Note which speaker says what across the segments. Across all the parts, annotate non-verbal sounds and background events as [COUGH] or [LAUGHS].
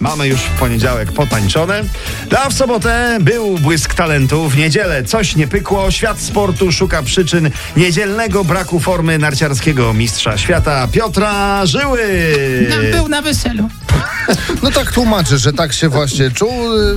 Speaker 1: Mamy już w poniedziałek potańczone. A w sobotę był błysk talentu. W niedzielę coś nie pykło. Świat sportu szuka przyczyn niedzielnego braku formy narciarskiego mistrza świata Piotra Żyły. No,
Speaker 2: Nam
Speaker 1: Yy.
Speaker 2: był na weselu.
Speaker 3: No tak tłumaczę, że tak się właśnie czuł.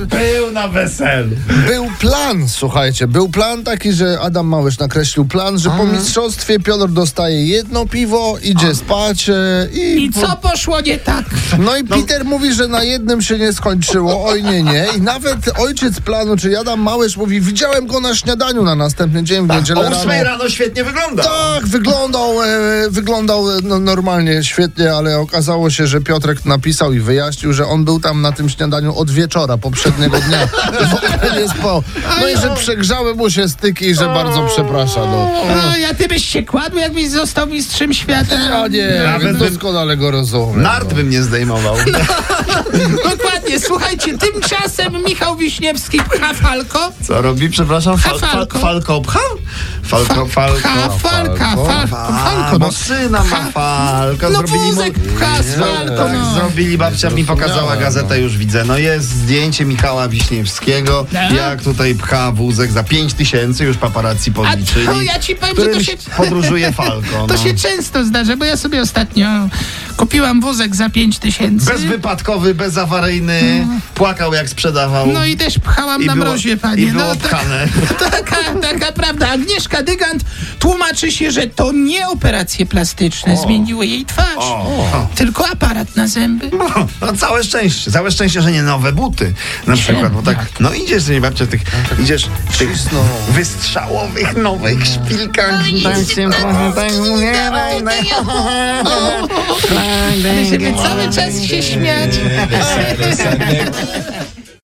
Speaker 1: Był na weselu.
Speaker 3: Był plan, słuchajcie, był plan taki, że Adam Małysz nakreślił plan, że po mistrzostwie Piotr dostaje jedno piwo, idzie spać e, i...
Speaker 2: I co poszło nie tak?
Speaker 3: No i Peter mówi, że na jednym się nie skończyło, oj nie, nie. I nawet ojciec planu, czyli Adam Małysz mówi, widziałem go na śniadaniu na następny dzień w niedzielę
Speaker 1: O 8
Speaker 3: rano.
Speaker 1: rano świetnie wygląda.
Speaker 3: Tak, wyglądał, e, wyglądał e, no, normalnie, świetnie, ale okazało się, że Piotrek napisał i wyjaśnił, że on był tam na tym śniadaniu od wieczora poprzedniego dnia. W ogóle nie spał. No i że przegrzały mu się styki i że bardzo przeprasza. No.
Speaker 2: O, ja ty byś się kładł, jakbyś został mistrzem świata.
Speaker 3: Ja nie,
Speaker 1: Nawet bym-
Speaker 3: doskonale go rozumiem. no.
Speaker 1: Nart bym nie zdejmował.
Speaker 2: Dokładnie, słuchajcie, tymczasem Michał Wiśniewski pcha falko.
Speaker 1: Co robi, przepraszam, fal, fal,
Speaker 2: Falko.
Speaker 1: falko pcha? Falko,
Speaker 2: Pcha
Speaker 1: falko.
Speaker 2: falka, fal,
Speaker 1: A,
Speaker 2: falko. No.
Speaker 1: bo syna ma
Speaker 2: Ha.
Speaker 1: falko.
Speaker 2: No
Speaker 1: zrobili mu-
Speaker 2: wózek pcha z falko,
Speaker 1: Tak,
Speaker 2: no.
Speaker 1: zrobili, babcia mi pokazała gazetę, już widzę. No jest zdjęcie Michała Wiśniewskiego,
Speaker 2: Tak.
Speaker 1: jak tutaj pcha wózek za 5 tysięcy, już paparazzi
Speaker 2: A
Speaker 1: policzyli.
Speaker 2: to ja ci powiem, że to
Speaker 1: którymś
Speaker 2: się...
Speaker 1: podróżuje Falko.
Speaker 2: [LAUGHS] To
Speaker 1: No.
Speaker 2: się często zdarza, bo ja sobie ostatnio kupiłam wózek za 5 tysięcy.
Speaker 1: Bezwypadkowy, bezawaryjny, płakał jak sprzedawał.
Speaker 2: No i też pchałam
Speaker 1: I
Speaker 2: na
Speaker 1: było-
Speaker 2: mrozie,
Speaker 1: i
Speaker 2: panie.
Speaker 1: było
Speaker 2: no, tak,
Speaker 1: pchane.
Speaker 2: [LAUGHS] taka, taka prawda. Agnieszka Dygant tłumaczy się, że to nie operacje plastyczne zmieniły jej twarz,
Speaker 1: O.
Speaker 2: tylko aparat na zęby.
Speaker 1: No, no całe szczęście, całe szczęście, że nie nowe buty na przykład, bo tak, no idziesz, nie babcia, tych, idziesz w tych
Speaker 3: Cisną.
Speaker 1: wystrzałowych nowych szpilkach. Tak się trochę tak umieraj, daj-
Speaker 2: Żeby cały czas się śmiać.